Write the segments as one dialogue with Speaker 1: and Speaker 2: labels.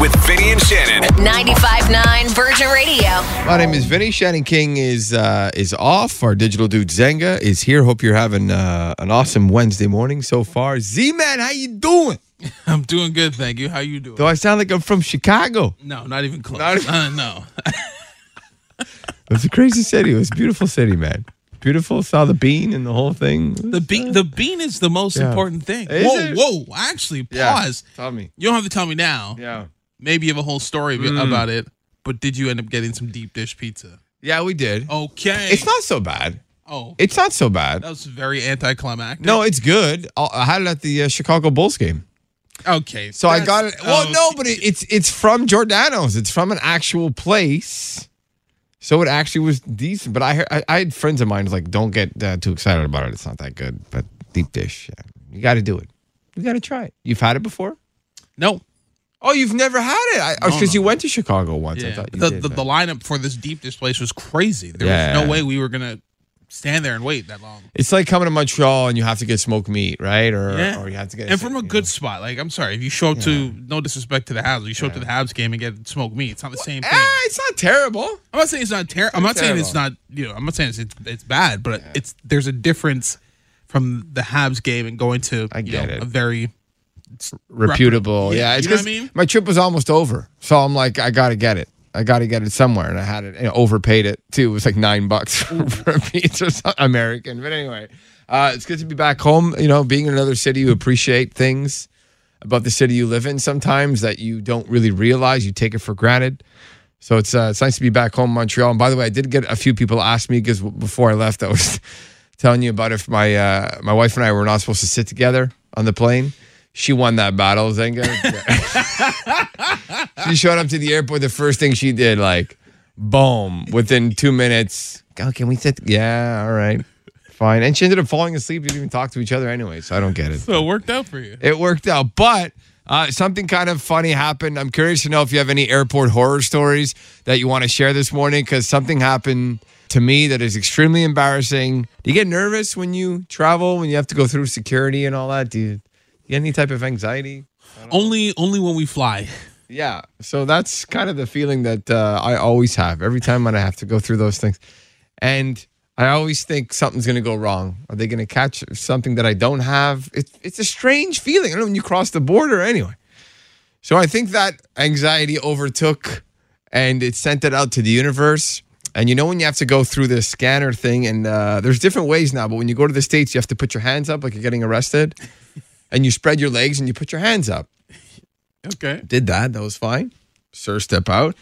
Speaker 1: with Vinny and Shannon.
Speaker 2: 95.9 Virgin Radio.
Speaker 3: My name is Vinny. Shannon King is uh, is off. Our digital dude Zenga is here. Hope you're having uh, an awesome Wednesday morning so far. Z man, how you doing?
Speaker 4: I'm doing good, thank you. How you doing?
Speaker 3: Do I sound like I'm from Chicago?
Speaker 4: no, not even close.
Speaker 3: Not even-
Speaker 4: Uh, no.
Speaker 3: It's a crazy city. It was a beautiful city, man. Beautiful. Saw the bean and the whole thing.
Speaker 4: The bean, the bean is the most
Speaker 3: Yeah.
Speaker 4: important thing.
Speaker 3: Is
Speaker 4: whoa,
Speaker 3: it?
Speaker 4: whoa! Actually,
Speaker 3: Yeah.
Speaker 4: pause.
Speaker 3: Tell me.
Speaker 4: You don't have to tell me now.
Speaker 3: Yeah. Mm.
Speaker 4: Maybe you have a whole story ab- about it. But did you end up getting some deep dish pizza?
Speaker 3: Yeah, we did.
Speaker 4: Okay.
Speaker 3: It's not so bad.
Speaker 4: Oh,
Speaker 3: It's not so bad.
Speaker 4: that was very anticlimactic.
Speaker 3: No, it's good. I I had it at the uh, Chicago Bulls game.
Speaker 4: Okay.
Speaker 3: So I
Speaker 4: that's-
Speaker 3: got it. Well,
Speaker 4: oh,
Speaker 3: no, but it, it's it's from Giordano's. It's from an actual place. So it actually was decent. But I heard, I, I had friends of mine who's like, don't get uh, too excited about it. It's not that good. But deep dish, yeah. you got to do it. You got to try it. You've had it before.
Speaker 4: no.
Speaker 3: Oh, you've never had it. I oh, because
Speaker 4: no.
Speaker 3: you went to Chicago once. I
Speaker 4: Yeah.
Speaker 3: thought you
Speaker 4: The,
Speaker 3: did,
Speaker 4: the,
Speaker 3: but-
Speaker 4: the lineup for this deep dish place was crazy. There was
Speaker 3: Yeah.
Speaker 4: no way we were gonna stand there and wait that long.
Speaker 3: it's like coming to Montreal and you have to get smoked meat, right? Or
Speaker 4: Yeah.
Speaker 3: or you have to get
Speaker 4: And from a
Speaker 3: you
Speaker 4: good spot, like I'm sorry, if you show up to no disrespect to the Habs, you show up to the Habs game and get smoked meat. It's not the same
Speaker 3: know.
Speaker 4: thing.
Speaker 3: Ah, it's not terrible.
Speaker 4: I'm not saying it's not terrible. I'm not saying it's
Speaker 3: terrible.
Speaker 4: not you know. I'm not saying it's it's, it's bad, but it's there's a difference from the Habs game and going to
Speaker 3: I
Speaker 4: you
Speaker 3: get
Speaker 4: know,
Speaker 3: it.
Speaker 4: a very
Speaker 3: reputable.
Speaker 4: Yeah,
Speaker 3: Yeah,
Speaker 4: you
Speaker 3: it's
Speaker 4: know what I
Speaker 3: 'cause
Speaker 4: mean?
Speaker 3: my trip was almost over, so I'm like, I gotta get it. I gotta get it somewhere, and I had it. And overpaid it too. It was like nine bucks for, for a pizza, or something, American. But anyway, uh, it's good to be back home. You know, being in another city, you appreciate things about the city you live in sometimes that you don't really realize. You take it for granted. So it's uh, it's nice to be back home in Montreal. And by the way, I did get a few people ask me because before I left, I was telling you about if my uh, my wife and I were not supposed to sit together on the plane. She won that battle, Zenga. she showed up to the airport. The first thing she did, like, boom, within two minutes. Oh, can we sit? Yeah, all right, fine. And she ended up falling asleep. Didn't even talk to each other anyway. So I don't get it.
Speaker 4: so it worked out for you.
Speaker 3: It worked out, but uh, something kind of funny happened. I'm curious to know if you have any airport horror stories that you want to share this morning because something happened to me that is extremely embarrassing. Do you get nervous when you travel, when you have to go through security and all that? Do you, do you get any type of anxiety?
Speaker 4: Only only when we fly.
Speaker 3: Yeah. So that's kind of the feeling that uh, I always have every time when I have to go through those things. And I always think something's going to go wrong. Are they going to catch something that I don't have? It's, it's a strange feeling. I don't know when you cross the border anyway. So I think that anxiety overtook and it sent it out to the universe. And you know when you have to go through the scanner thing, and uh, there's different ways now. But when you go to the states, you have to put your hands up like you're getting arrested, and you spread your legs and you put your hands up
Speaker 4: Okay.
Speaker 3: did that. That was fine. Sir, step out.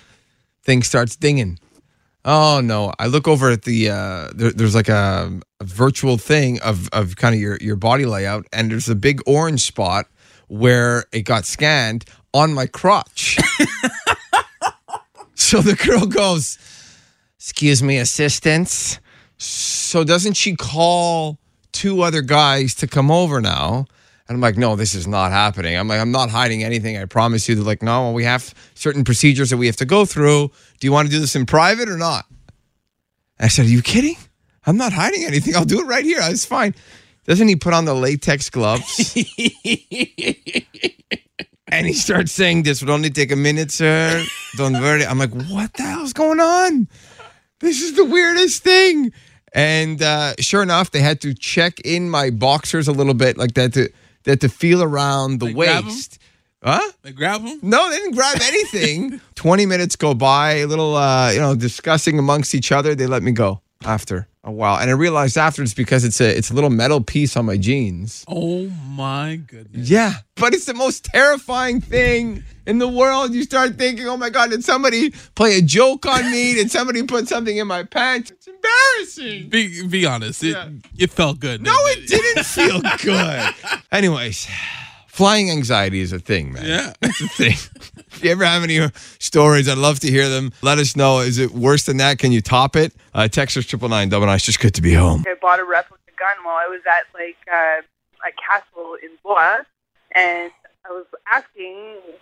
Speaker 3: Thing starts dinging. Oh no! I look over at the uh, there, there's like a, a virtual thing of of kind of your your body layout, and there's a big orange spot where it got scanned on my crotch. so the girl goes, "Excuse me, assistance." So doesn't she call two other guys to come over now? And I'm like, no, this is not happening. I'm like, I'm not hiding anything. I promise you. They're like, no, we have certain procedures that we have to go through. Do you want to do this in private or not? I said, are you kidding? I'm not hiding anything. I'll do it right here. It's fine. Doesn't he put on the latex gloves? and he starts saying, this would only take a minute, sir. Don't worry. I'm like, what the hell's going on? this is the weirdest thing. And uh, sure enough, they had to check in my boxers a little bit, like that to that to feel around the
Speaker 4: Like grab 'em?
Speaker 3: waist. Huh?
Speaker 4: They grab them.
Speaker 3: No, they didn't grab anything. Twenty minutes go by, a little uh, you know, discussing amongst each other. They let me go after a while, and I realized after it's because it's a it's a little metal piece on my jeans.
Speaker 4: Oh my goodness.
Speaker 3: Yeah, but it's the most terrifying thing in the world. You start thinking, oh my God, did somebody play a joke on me? Did somebody put something in my pants? It's embarrassing.
Speaker 4: Be be honest. It,
Speaker 3: Yeah.
Speaker 4: it felt good.
Speaker 3: No, it didn't feel good. Anyways, flying anxiety is a thing, man.
Speaker 4: Yeah.
Speaker 3: It's a thing. If you ever have any stories, I'd love to hear them. Let us know. Is it worse than that? Can you top it? Uh, text us triple nine double nine. It's just good to be home.
Speaker 5: I bought a replica gun while I was at like uh, a castle in Blois, and I was asking,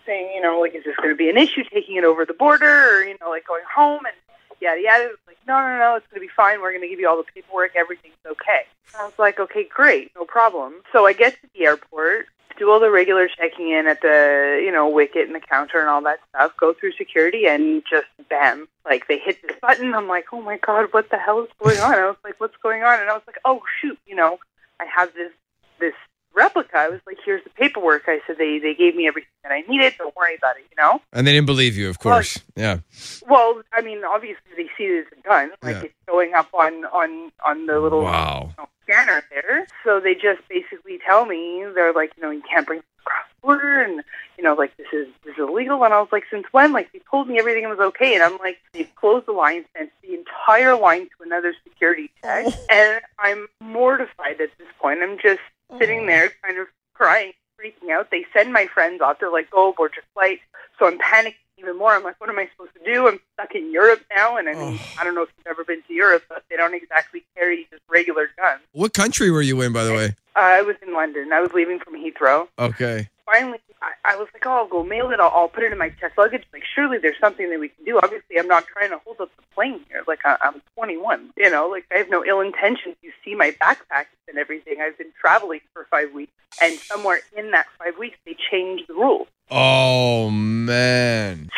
Speaker 5: saying, you know, like, is this going to be an issue taking it over the border, or you know, like going home and yada yada? It was like, no, no, no, it's going to be fine. We're going to give you all the paperwork. Everything's okay. I was like, okay, great, no problem. So I get to the airport do all the regular checking in at the you know wicket and the counter and all that stuff. Go through security and just bam, like they hit this button. I'm like, oh my god, what the hell is going on? I was like, what's going on? And I was like, oh shoot, you know, I have this this replica. I was like, here's the paperwork. I said they they gave me everything that I needed. Don't worry about it. You know.
Speaker 3: And they didn't believe you, of course. Yeah.
Speaker 5: Well, I mean, obviously they see it as a gun. Like
Speaker 3: Yeah.
Speaker 5: it's showing up on on on the little
Speaker 3: Wow.
Speaker 5: know, scanner there. So they just basically tell me they're like, you know, you can't bring this across the border, and you know, like this is this is illegal. And I was like, since when? Like they told me everything was okay, and I'm like, they've closed the line, sent the entire line to another security check, and I'm mortified at this point. I'm just sitting there, kind of crying, freaking out. They send my friends off. They're like, go board your flight. So I'm panicking. Even more, I'm like, what am I supposed to do? I'm stuck in Europe now, and I mean, I don't know if you've ever been to Europe, but they don't exactly carry just regular guns. Uh,
Speaker 3: What country were you in, by the way?
Speaker 5: I was in London. I was leaving from Heathrow.
Speaker 3: Okay.
Speaker 5: Finally, I, I was like, oh, I'll go mail it. I'll, I'll put it in my chest luggage. Like, surely there's something that we can do. Obviously, I'm not trying to hold up the plane here. Like, I, I'm 21. You know, like, I have no ill intentions. You see my backpack and everything. I've been traveling for five weeks. And somewhere in that five weeks, they changed the rules.
Speaker 3: Oh man.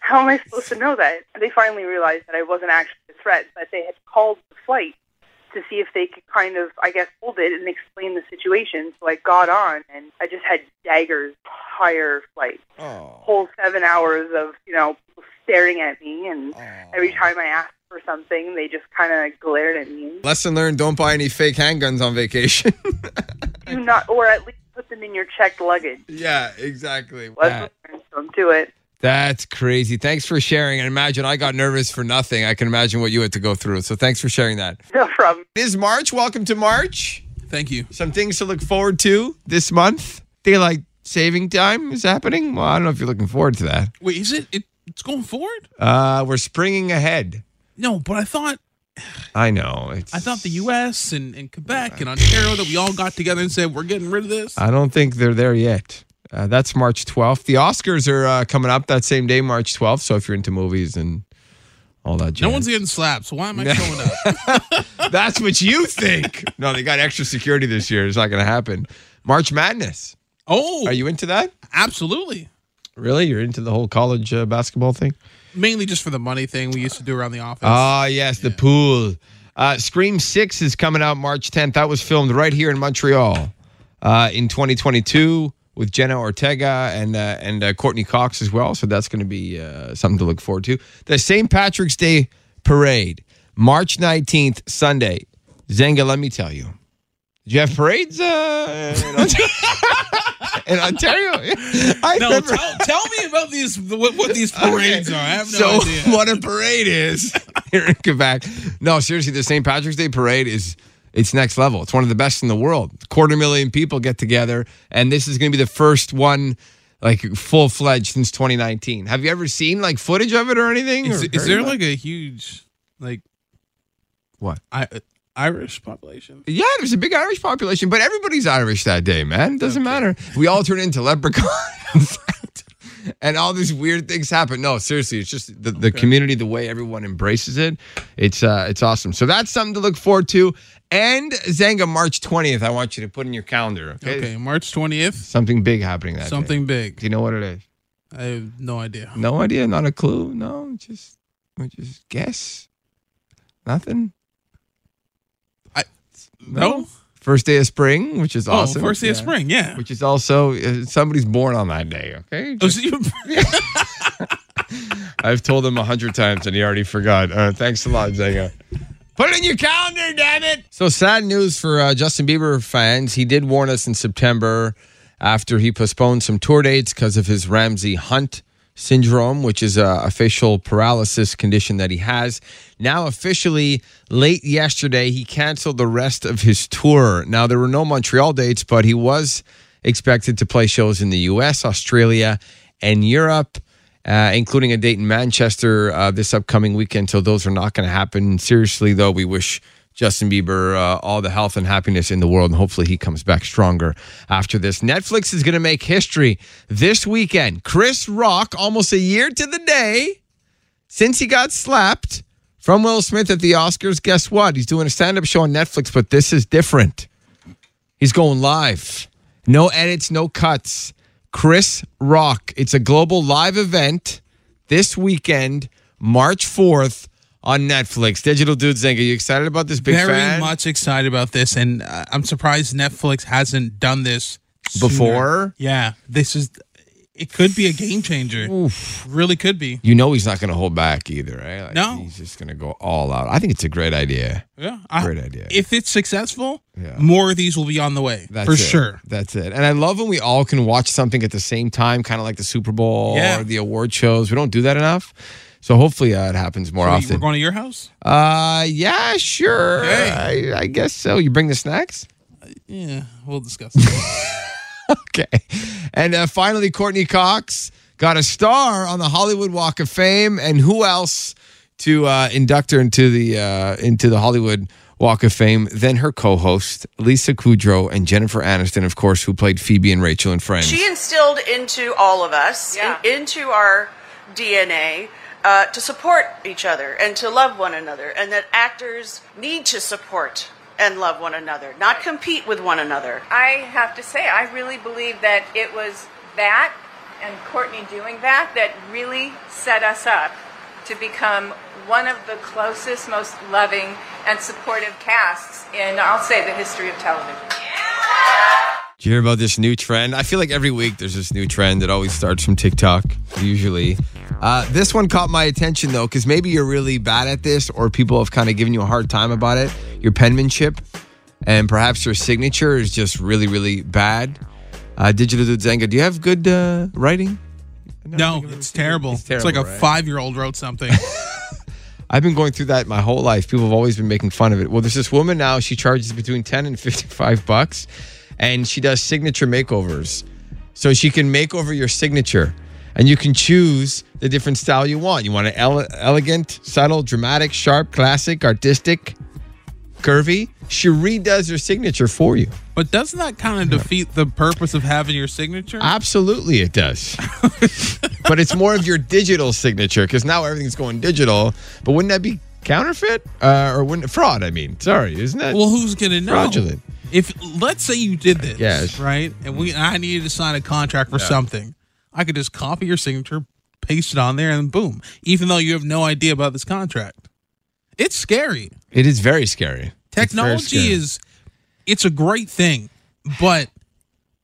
Speaker 5: How am I supposed to know that? They finally realized that I wasn't actually a threat, but they had called the flight to see if they could kind of, I guess, hold it and explain the situation. So I got on, and I just had daggers entire flight,
Speaker 3: Oh.
Speaker 5: whole seven hours of you know people staring at me, and every time I asked for something, they just kind of glared at me.
Speaker 3: Lesson learned: Don't buy any fake handguns on vacation.
Speaker 5: Do not, or at least put them in your checked luggage.
Speaker 3: yeah, exactly.
Speaker 5: Lesson learned, so I'm to it.
Speaker 3: That's crazy. Thanks for sharing. And imagine I got nervous for nothing. I can imagine what you had to go through. So thanks for sharing that.
Speaker 5: No problem.
Speaker 3: It is March. Welcome to March.
Speaker 4: Thank you.
Speaker 3: Some things to look forward to this month. Daylight saving time is happening. Well, I don't know if you're looking forward to that.
Speaker 4: Wait, is it, it it's going forward?
Speaker 3: Uh, we're springing ahead.
Speaker 4: No, but I thought
Speaker 3: I know. It's,
Speaker 4: I thought the U.S. and, and Quebec and Ontario that we all got together and said we're getting rid of this.
Speaker 3: I don't think they're there yet. Uh, that's March 12th. The Oscars are uh, coming up that same day, March 12th. So if you're into movies and all that,
Speaker 4: no
Speaker 3: jazz.
Speaker 4: one's getting slapped, so why am I showing up?
Speaker 3: that's what you think. no, they got extra security this year. It's not going to happen. March Madness.
Speaker 4: Oh,
Speaker 3: Are you into that?
Speaker 4: absolutely.
Speaker 3: Really? You're into the whole college uh, basketball thing?
Speaker 4: Mainly just for the money thing we used to do around the office.
Speaker 3: Ah, yes, the pool. Uh, Scream 6 is coming out March 10th. That was filmed right here in Montreal uh, in 2022 with Jenna Ortega and uh, and uh, Courtney Cox as well. So that's going to be uh, something to look forward to. The St. Patrick's Day Parade, March 19th, Sunday. Zenga, let me tell you. Do you have parades uh, in Ont- in Ontario? I
Speaker 4: no,
Speaker 3: remember-
Speaker 4: tell, tell me about these what, what these parades are. I have no
Speaker 3: so
Speaker 4: idea.
Speaker 3: what a parade is here in Quebec. No, seriously, the St. Patrick's Day parade is it's next level. It's one of the best in the world. Quarter million people get together, and this is going to be the first one like full fledged since 2019. Have you ever seen like footage of it or anything?
Speaker 4: Is,
Speaker 3: or
Speaker 4: is
Speaker 3: heard
Speaker 4: there
Speaker 3: about it?
Speaker 4: like a huge like
Speaker 3: What?
Speaker 4: I, uh, Irish population?
Speaker 3: Yeah, there's a big Irish population, but everybody's Irish that day, man. It doesn't matter. We all turn into leprechauns. And all these weird things happen. No, seriously, it's just the, the community, the way everyone embraces it. It's uh, it's awesome. So that's something to look forward to. And Zanga, March 20th, I want you to put in your calendar, okay?
Speaker 4: Okay, March twentieth.
Speaker 3: Something big happening that day.
Speaker 4: Something
Speaker 3: Do
Speaker 4: big.
Speaker 3: you know what it is?
Speaker 4: I have no idea.
Speaker 3: No idea, not a clue. No, just, we just guess. Nothing.
Speaker 4: I- no?
Speaker 3: First day of spring, which is awesome.
Speaker 4: Oh, first day of
Speaker 3: Yeah.
Speaker 4: spring. Yeah.
Speaker 3: which is also uh, somebody's born on that day. Okay,
Speaker 4: Oh, so you-
Speaker 3: I've told him a hundred times and he already forgot. Uh, thanks a lot, Zega. Put it in your calendar, damn it. So sad news for uh, Justin Bieber fans. He did warn us in September after he postponed some tour dates because of his Ramsey Hunt syndrome, which is a, a facial paralysis condition that he has. Now, officially, late yesterday, he canceled the rest of his tour. Now, there were no Montreal dates, but he was expected to play shows in the US, Australia, and Europe uh, including a date in Manchester uh, this upcoming weekend. So those are not going to happen. Seriously, though, we wish Justin Bieber uh, all the health and happiness in the world, and hopefully he comes back stronger after this. Netflix is going to make history this weekend. Chris Rock, almost a year to the day since he got slapped from Will Smith at the Oscars. Guess what? He's doing a stand-up show on Netflix, but this is different. He's going live. No edits, no cuts. Chris Rock. It's a global live event this weekend, March 4th on Netflix. Digital Dude Zink, are you excited about this big
Speaker 4: Very
Speaker 3: fan?
Speaker 4: much excited about this, and uh, I'm surprised Netflix hasn't done this sooner.
Speaker 3: Before?
Speaker 4: Yeah, this is. It could be a game changer. Really could be.
Speaker 3: You know he's not going to hold back either, right? Like,
Speaker 4: No.
Speaker 3: He's just going to go all out. I think it's a great idea.
Speaker 4: Yeah, I-
Speaker 3: Great idea.
Speaker 4: If it's successful,
Speaker 3: Yeah.
Speaker 4: more of these will be on the way
Speaker 3: That's
Speaker 4: for
Speaker 3: it.
Speaker 4: sure.
Speaker 3: That's it. And I love when we all can watch something at the same time, kind of like the Super Bowl
Speaker 4: Yeah.
Speaker 3: or the award shows. We don't do that enough. So hopefully uh, it happens more
Speaker 4: Wait,
Speaker 3: often.
Speaker 4: We're going to your house?
Speaker 3: uh, yeah, sure.
Speaker 4: Okay.
Speaker 3: I, I guess so. You bring the snacks?
Speaker 4: Yeah, we'll discuss.
Speaker 3: Okay. And uh, finally, Courtney Cox got a star on the Hollywood Walk of Fame. And who else to uh, induct her into the uh, into the Hollywood Walk of Fame than her co-host Lisa Kudrow and Jennifer Aniston, of course, who played Phoebe and Rachel in Friends.
Speaker 1: She instilled into all of us,
Speaker 5: Yeah.
Speaker 1: in, into our DNA, uh, to support each other and to love one another, and that actors need to support and love one another, not compete with one another.
Speaker 6: I have to say, I really believe that it was that and Courtney doing that that really set us up to become one of the closest, most loving, and supportive casts in, I'll say, the history of television.
Speaker 3: Do you hear about this new trend? I feel like every week there's this new trend that always starts from TikTok, usually. Uh, this one caught my attention though, because maybe you're really bad at this or people have kind of given you a hard time about it. Your penmanship and perhaps your signature is just really, really bad. Uh, Digital Dude Zenga, do you have good uh, writing?
Speaker 4: no, it's terrible. It's,
Speaker 3: terrible,
Speaker 4: like a
Speaker 3: right?
Speaker 4: five year old wrote something.
Speaker 3: I've been going through that my whole life. People have always been making fun of it. Well, there's this woman now, she charges between 10 and 55 bucks, and she does signature makeovers. So she can make over your signature, and you can choose the different style you want. You want an ele- elegant, subtle, dramatic, sharp, classic, artistic, curvy. She redoes your signature for you.
Speaker 4: but doesn't that kind of defeat the purpose of having your signature?
Speaker 3: Absolutely, it does. but it's more of your digital signature because now everything's going digital. But wouldn't that be counterfeit uh, or wouldn't fraud? I mean, sorry, isn't it?
Speaker 4: well, who's gonna know?
Speaker 3: Fraudulent.
Speaker 4: If let's say you did this,
Speaker 3: guess.
Speaker 4: right, and we I needed to sign a contract for something, I could just copy your signature, paste it on there, and boom. Even though you have no idea about this contract, it's scary.
Speaker 3: it is very scary. It's very scary.
Speaker 4: Technology is, it's a great thing, but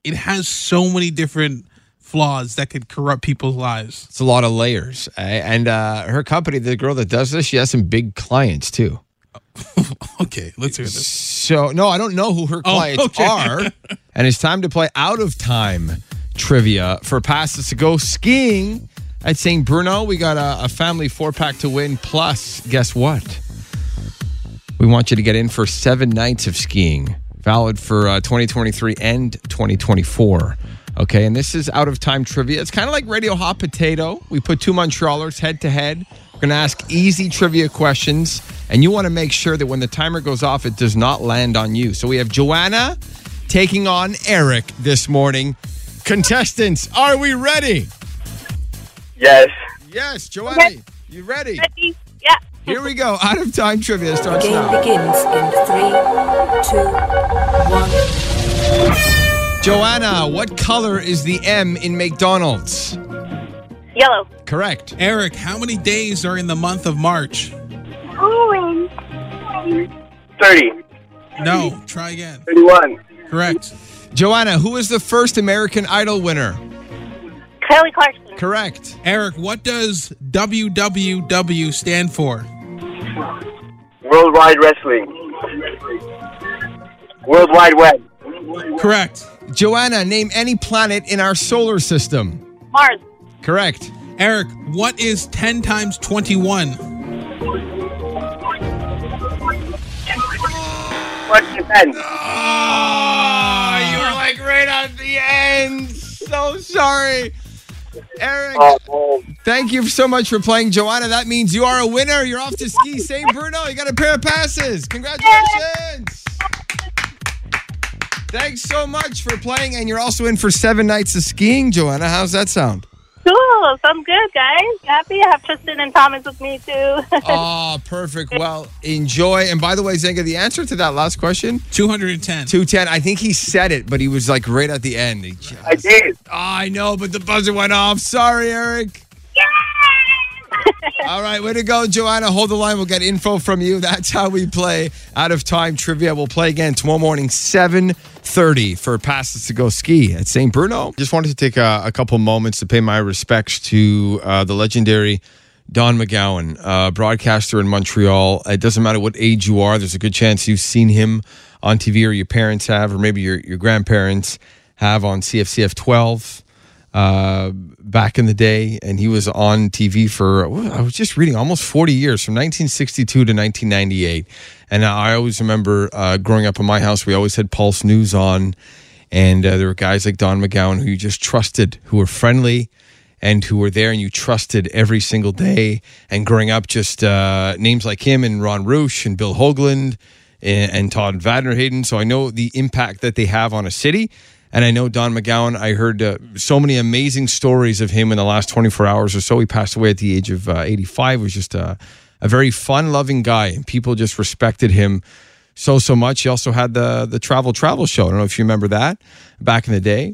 Speaker 4: it has so many different flaws that could corrupt people's lives.
Speaker 3: It's a lot of layers, eh? and uh, her company, the girl that does this, she has some big clients too.
Speaker 4: Okay, let's hear this.
Speaker 3: So no, I don't know who her clients
Speaker 4: Oh, okay.
Speaker 3: are. and it's time to play out of time trivia for passes to go skiing at St. Bruno. We got a, a family four pack to win. Plus, guess what? We want you to get in for seven nights of skiing, valid for uh, 2023 and 2024. Okay, and this is out of time trivia. It's kind of like Radio Hot Potato. We put two Montrealers head to head. We're going to ask easy trivia questions, and you want to make sure that when the timer goes off, it does not land on you. So we have Joanna taking on Eric this morning. Contestants, are we ready?
Speaker 7: Yes.
Speaker 3: Yes, Joanna, you ready?
Speaker 8: Yeah.
Speaker 3: Here we go. Out of time trivia starts now.
Speaker 9: begins in three, two, one.
Speaker 3: Joanna, what color is the M in McDonald's?
Speaker 8: Yellow.
Speaker 3: Correct.
Speaker 4: Eric, how many days are in the month of March?
Speaker 8: Orange.
Speaker 7: 30.
Speaker 4: No, try again.
Speaker 7: 31.
Speaker 4: Correct.
Speaker 3: Joanna, who was the first American Idol winner?
Speaker 8: Kelly Clarkson.
Speaker 3: Correct.
Speaker 4: Eric, what does WWW stand for?
Speaker 7: Worldwide Wrestling. Worldwide Web.
Speaker 4: Correct.
Speaker 3: Joanna, name any planet in our solar system.
Speaker 8: Mars.
Speaker 3: Correct.
Speaker 4: Eric, what is 10 times 21?
Speaker 7: What event?
Speaker 3: Oh, you were like right at the end. So sorry. Eric,
Speaker 7: Oh,
Speaker 3: thank you so much for playing Joanna. That means you are a winner. You're off to ski St. Bruno. You got a pair of passes. Congratulations. Thanks so much for playing. And you're also in for seven nights of skiing, Joanna. How's that sound?
Speaker 8: Cool. Sounds good, guys. Happy. I have Tristan and Thomas with me, too.
Speaker 3: Oh, perfect. Well, enjoy. And by the way, Zenga, the answer to that last question,
Speaker 4: 210.
Speaker 3: 210, I think he said it, but he was like right at the end. He just-
Speaker 7: I did.
Speaker 3: Oh, I know, but the buzzer went off. Sorry, Eric. All right, way to go, Joanna. Hold the line. We'll get info from you. That's how we play out of time trivia. We'll play again tomorrow morning, 7.30 for passes to go ski at St. Bruno. Just wanted to take a, a couple moments to pay my respects to uh, the legendary Don McGowan, uh, broadcaster in Montreal. It doesn't matter what age you are, there's a good chance you've seen him on TV or your parents have, or maybe your, your grandparents have on CFCF 12 uh, back in the day, and he was on TV for I was just reading almost 40 years, from 1962 to 1998. And I always remember uh, growing up in my house, we always had Pulse News on, and uh, there were guys like Don McGowan who you just trusted, who were friendly. And who were there and you trusted every single day. And growing up, just uh, names like him and Ron Roosh and Bill Hoagland and, and Todd Vanderhayden. So I know the impact that they have on a city. And I know Don McGowan, I heard uh, so many amazing stories of him in the last 24 hours or so. He passed away at the age of uh, 85, was just a, a very fun loving guy. And people just respected him so, so much. He also had the, the Travel Travel Show. I don't know if you remember that back in the day.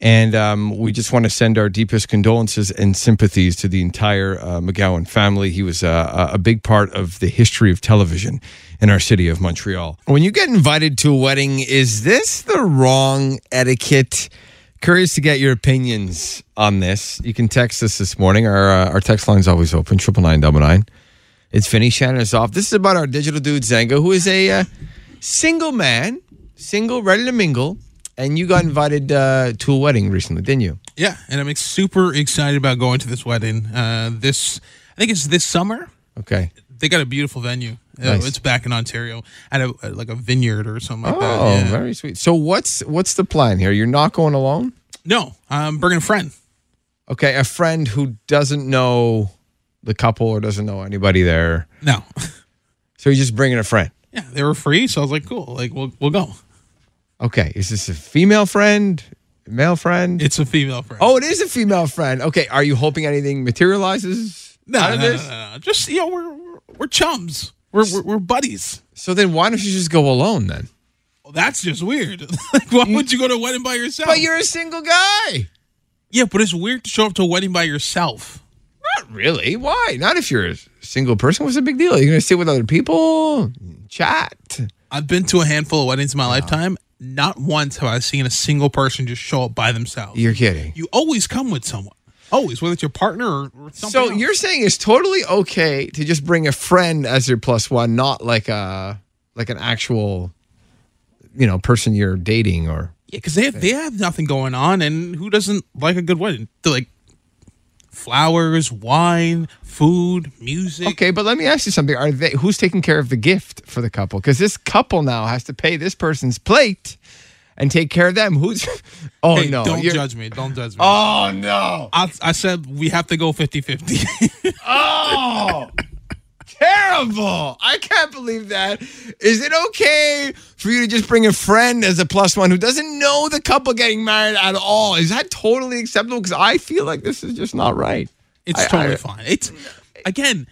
Speaker 3: And um, we just want to send our deepest condolences and sympathies to the entire uh, McGowan family. He was uh, a a big part of the history of television in our city of Montreal. When you get invited to a wedding, is this the wrong etiquette? Curious to get your opinions on this. You can text us this morning. Our uh, our text line's always open, triple nine double nine. It's Vinny Shannon is off. This is about our digital dude Zango, who is a uh, single man, single, ready to mingle. And you got invited uh, to a wedding recently, didn't you?
Speaker 4: Yeah, and I'm ex- super excited about going to this wedding. Uh, this, I think it's this summer.
Speaker 3: Okay.
Speaker 4: They got a beautiful venue. Uh,
Speaker 3: Nice.
Speaker 4: It's back in Ontario at a, at like a vineyard or something like that.
Speaker 3: Oh,
Speaker 4: yeah.
Speaker 3: very sweet. So what's what's the plan here? You're not going alone?
Speaker 4: No, I'm bringing a friend.
Speaker 3: Okay, a friend who doesn't know the couple or doesn't know anybody there.
Speaker 4: No.
Speaker 3: So you're just bringing a friend.
Speaker 4: yeah, they were free, so I was like, cool. Like we'll we'll go.
Speaker 3: Okay, is this a female friend? Male friend?
Speaker 4: It's a female friend.
Speaker 3: oh, it is a female friend. Okay, are you hoping anything materializes
Speaker 4: no,
Speaker 3: out
Speaker 4: no,
Speaker 3: of
Speaker 4: no,
Speaker 3: this?
Speaker 4: no, no. Just you know, we're we're, we're chums. We're, we're we're buddies.
Speaker 3: So then why don't you just go alone then?
Speaker 4: Well, that's just weird. like, why would you go to a wedding by yourself?
Speaker 3: But you're a single guy.
Speaker 4: yeah, but it's weird to show up to a wedding by yourself.
Speaker 3: Not really. Why? Not if you're a single person. What's the big deal? You're going to sit with other people, chat.
Speaker 4: I've been to a handful of weddings in my lifetime. Not once have I seen a single person just show up by themselves.
Speaker 3: You're kidding.
Speaker 4: you always come with someone. Always, whether it's your partner or, or something.
Speaker 3: So
Speaker 4: else.
Speaker 3: you're saying it's totally okay to just bring a friend as your plus one, not like a like an actual, you know, person you're dating or
Speaker 4: yeah, because they have, they have nothing going on, and who doesn't like a good wedding? They're like flowers, wine, food, music.
Speaker 3: okay. But let me ask you something: Are they who's taking care of the gift for the couple? Because this couple now has to pay this person's plate and take care of them. Who's? Oh
Speaker 4: Hey,
Speaker 3: no!
Speaker 4: don't
Speaker 3: you're-
Speaker 4: judge me. Don't judge me.
Speaker 3: Oh no!
Speaker 4: I, I said we have to go 50 50.
Speaker 3: Oh, terrible! I can't believe that. Is it okay for you to just bring a friend as a plus one who doesn't know the couple getting married at all? Is that totally acceptable? Because I feel like this is just not right.
Speaker 4: It's
Speaker 3: I-
Speaker 4: totally
Speaker 3: I-
Speaker 4: fine. It's again,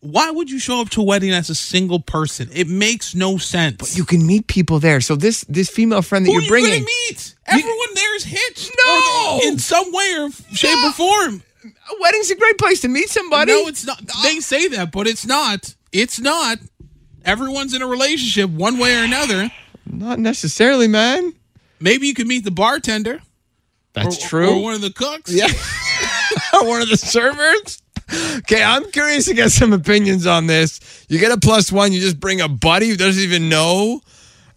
Speaker 4: why would you show up to a wedding as a single person? It makes no sense. But
Speaker 3: You can meet people there. So this this female friend that
Speaker 4: Who
Speaker 3: you're
Speaker 4: are you
Speaker 3: bringing,
Speaker 4: gonna meet? Everyone there is hitched.
Speaker 3: No!
Speaker 4: or in some way or shape
Speaker 3: No.
Speaker 4: or form.
Speaker 3: a wedding's a great place to meet somebody.
Speaker 4: No, it's not. They say that, but it's not. It's not. Everyone's in a relationship one way or another.
Speaker 3: not necessarily, man.
Speaker 4: Maybe you can meet the bartender
Speaker 3: That's
Speaker 4: or one of the cooks.
Speaker 3: Yeah. one of the servers. Okay, I'm curious to get some opinions on this. You get a plus one, you just bring a buddy who doesn't even know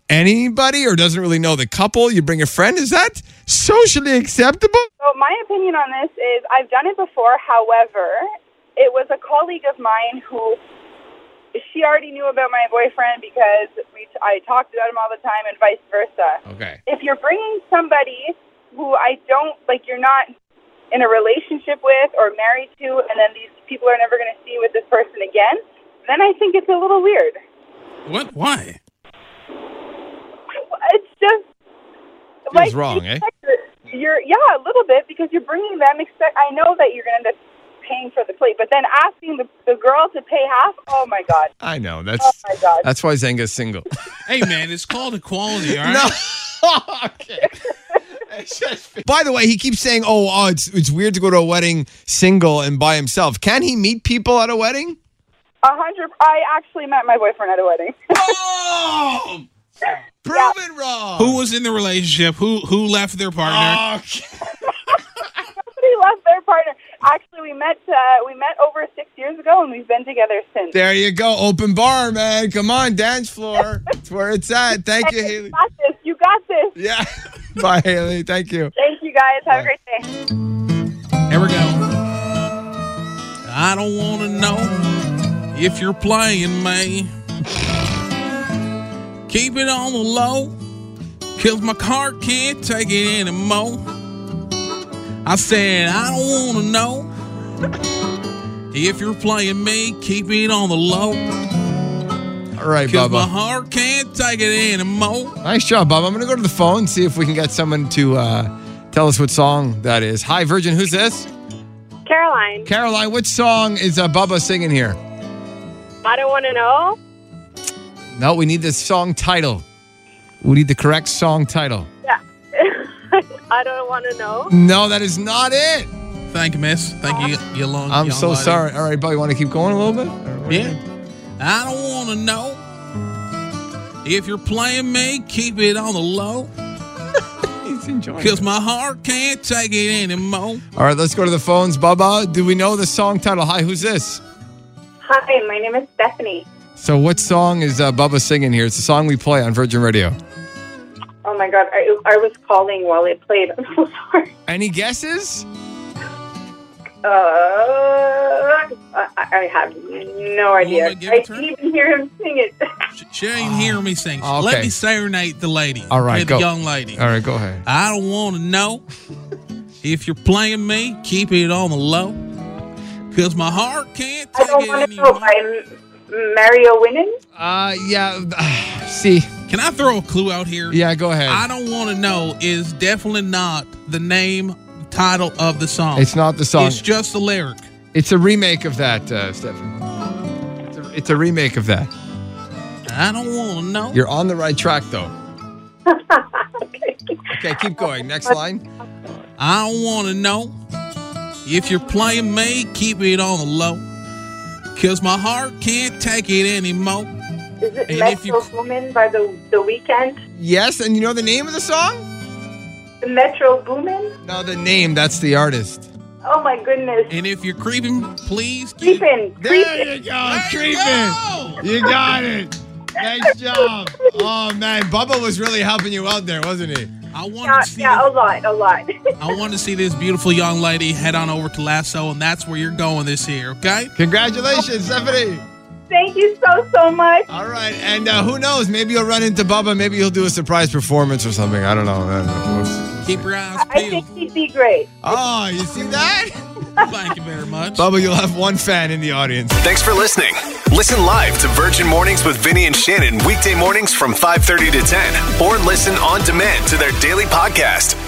Speaker 3: anybody or doesn't really know the couple. You bring a friend. Is that socially acceptable?
Speaker 10: So my opinion on this is I've done it before. However, it was a colleague of mine who she already knew about my boyfriend because we I talked about him all the time and vice versa.
Speaker 3: Okay.
Speaker 10: If you're bringing somebody who I don't like, you're not in a relationship with or married to, and then these people are never going to see you with this person again, then I think it's a little weird.
Speaker 4: What? Why?
Speaker 10: It's just
Speaker 3: wrong, eh?
Speaker 10: It's You're yeah, a little bit because you're bringing them. Expect I know that you're going to end up paying for the plate, but then asking the, the girl to pay half. Oh my god.
Speaker 3: I know.
Speaker 10: Oh
Speaker 3: That's
Speaker 10: my god.
Speaker 3: that's why Zenga's single.
Speaker 4: Hey, man, it's called equality, all right?
Speaker 3: By the way, he keeps saying, "Oh, oh, it's it's weird to go to a wedding single and by himself." Can he meet people at a wedding?
Speaker 10: A hundred. I actually met my boyfriend at a wedding.
Speaker 3: Oh, prove it wrong.
Speaker 4: Who was in the relationship? Who who left their
Speaker 3: Oh.
Speaker 4: partner?
Speaker 3: Okay.
Speaker 10: Somebody left their partner. Actually, we met uh, we met over six years ago, and we've been together since.
Speaker 3: There you go. Open bar, man. Come on, dance floor. It's where it's at. Thank you,
Speaker 10: You
Speaker 3: Haley.
Speaker 10: got this. You got this.
Speaker 3: Yeah. Bye, Haley. Thank you.
Speaker 10: Thank you guys. Have a great day.
Speaker 4: Here we go. I don't want to know if you're playing me. Keep it on the low, cause my car can't take it anymore. I said, I don't want to know if you're playing me. Keep it on the low,
Speaker 3: All right,
Speaker 4: cause my
Speaker 3: Bubba.
Speaker 4: heart can't take it anymore.
Speaker 3: Nice job, Bubba. I'm gonna go to the phone see if we can get someone to uh, tell us what song that is. Hi, Virgin. Who's this?
Speaker 8: Caroline,
Speaker 3: Caroline. Which song is uh, Bubba singing here?
Speaker 8: I don't want to know.
Speaker 3: No, we need the song title. We need the correct song title.
Speaker 8: Yeah. I don't want to know.
Speaker 3: No, that is not it.
Speaker 4: Thank you, miss. Thank you, you long.
Speaker 3: I'm
Speaker 4: young
Speaker 3: so
Speaker 4: lady.
Speaker 3: sorry. All right, Bubba, you want to keep going a little bit? Or what do you
Speaker 4: Yeah.
Speaker 3: think?
Speaker 4: I don't want to know if you're playing me. Keep it on the low,
Speaker 3: He's enjoying it.
Speaker 4: cause my heart can't take it anymore.
Speaker 3: All right, let's go to the phones. Bubba, do we know the song title? Hi, who's this?
Speaker 8: Hi, my name is Stephanie.
Speaker 3: So, what song is uh, Bubba singing here? It's a song we play on Virgin Radio.
Speaker 8: Oh my God, I, I was calling while it played. I'm so sorry.
Speaker 3: Any guesses?
Speaker 8: Uh, I, I have no idea.
Speaker 4: me to give
Speaker 8: I
Speaker 4: it to her?
Speaker 8: didn't even hear him sing it.
Speaker 4: Sh- She ain't hear me sing.
Speaker 3: Oh, okay.
Speaker 4: Let me serenade the lady.
Speaker 3: All right,
Speaker 4: okay,
Speaker 3: go.
Speaker 4: the young lady.
Speaker 3: All right, go ahead.
Speaker 4: I don't want to know if you're playing me. Keep it on the low, cause my heart can't
Speaker 8: I
Speaker 4: take
Speaker 8: don't
Speaker 4: it
Speaker 8: want to know
Speaker 4: anymore.
Speaker 8: by M- Mario Winnan.
Speaker 3: Uh, yeah. See,
Speaker 4: Can I throw a clue out here?
Speaker 3: yeah, go ahead.
Speaker 4: I don't want to know is definitely not the name title of the song.
Speaker 3: It's not the song.
Speaker 4: It's just the lyric.
Speaker 3: It's a remake of that, uh, Stephanie. It's a, it's a remake of that.
Speaker 4: I don't want to know.
Speaker 3: You're on the right track, though. okay, keep going. Next line.
Speaker 4: I don't want to know if you're playing me. Keep it on the low, cause my heart can't take it anymore.
Speaker 8: Is it
Speaker 4: And if you-
Speaker 8: Metro Boomin by the the weekend?
Speaker 3: Yes, and you know the name of the song?
Speaker 8: The Metro Boomin?
Speaker 3: No, the name. That's the artist.
Speaker 8: Oh my goodness.
Speaker 4: And if you're creeping, please get
Speaker 8: Creepin', creepin'.
Speaker 3: There you go,
Speaker 4: There you go.
Speaker 3: creeping. You got it. Nice job. Oh man, Bubba was really helping you out there, wasn't he?
Speaker 4: I want
Speaker 8: Yeah,
Speaker 4: to see.
Speaker 8: yeah, a lot, a lot.
Speaker 4: I want to see this beautiful young lady head on over to Lasso, and that's where you're going this year. Okay.
Speaker 3: Congratulations, Stephanie.
Speaker 8: Thank you so, so much.
Speaker 3: All right, and uh, who knows? Maybe you'll run into Bubba. Maybe he'll do a surprise performance or something. I don't know. I don't know. We'll see.
Speaker 4: Keep your eyes
Speaker 8: I
Speaker 4: peeled.
Speaker 8: think he'd be great.
Speaker 3: Oh, you see that?
Speaker 4: Thank you very much.
Speaker 3: Bubba, you'll have one fan in the audience.
Speaker 11: Thanks for listening. Listen live to Virgin Mornings with Vinny and Shannon weekday mornings from 5:30 to 10 or listen on demand to their daily podcast.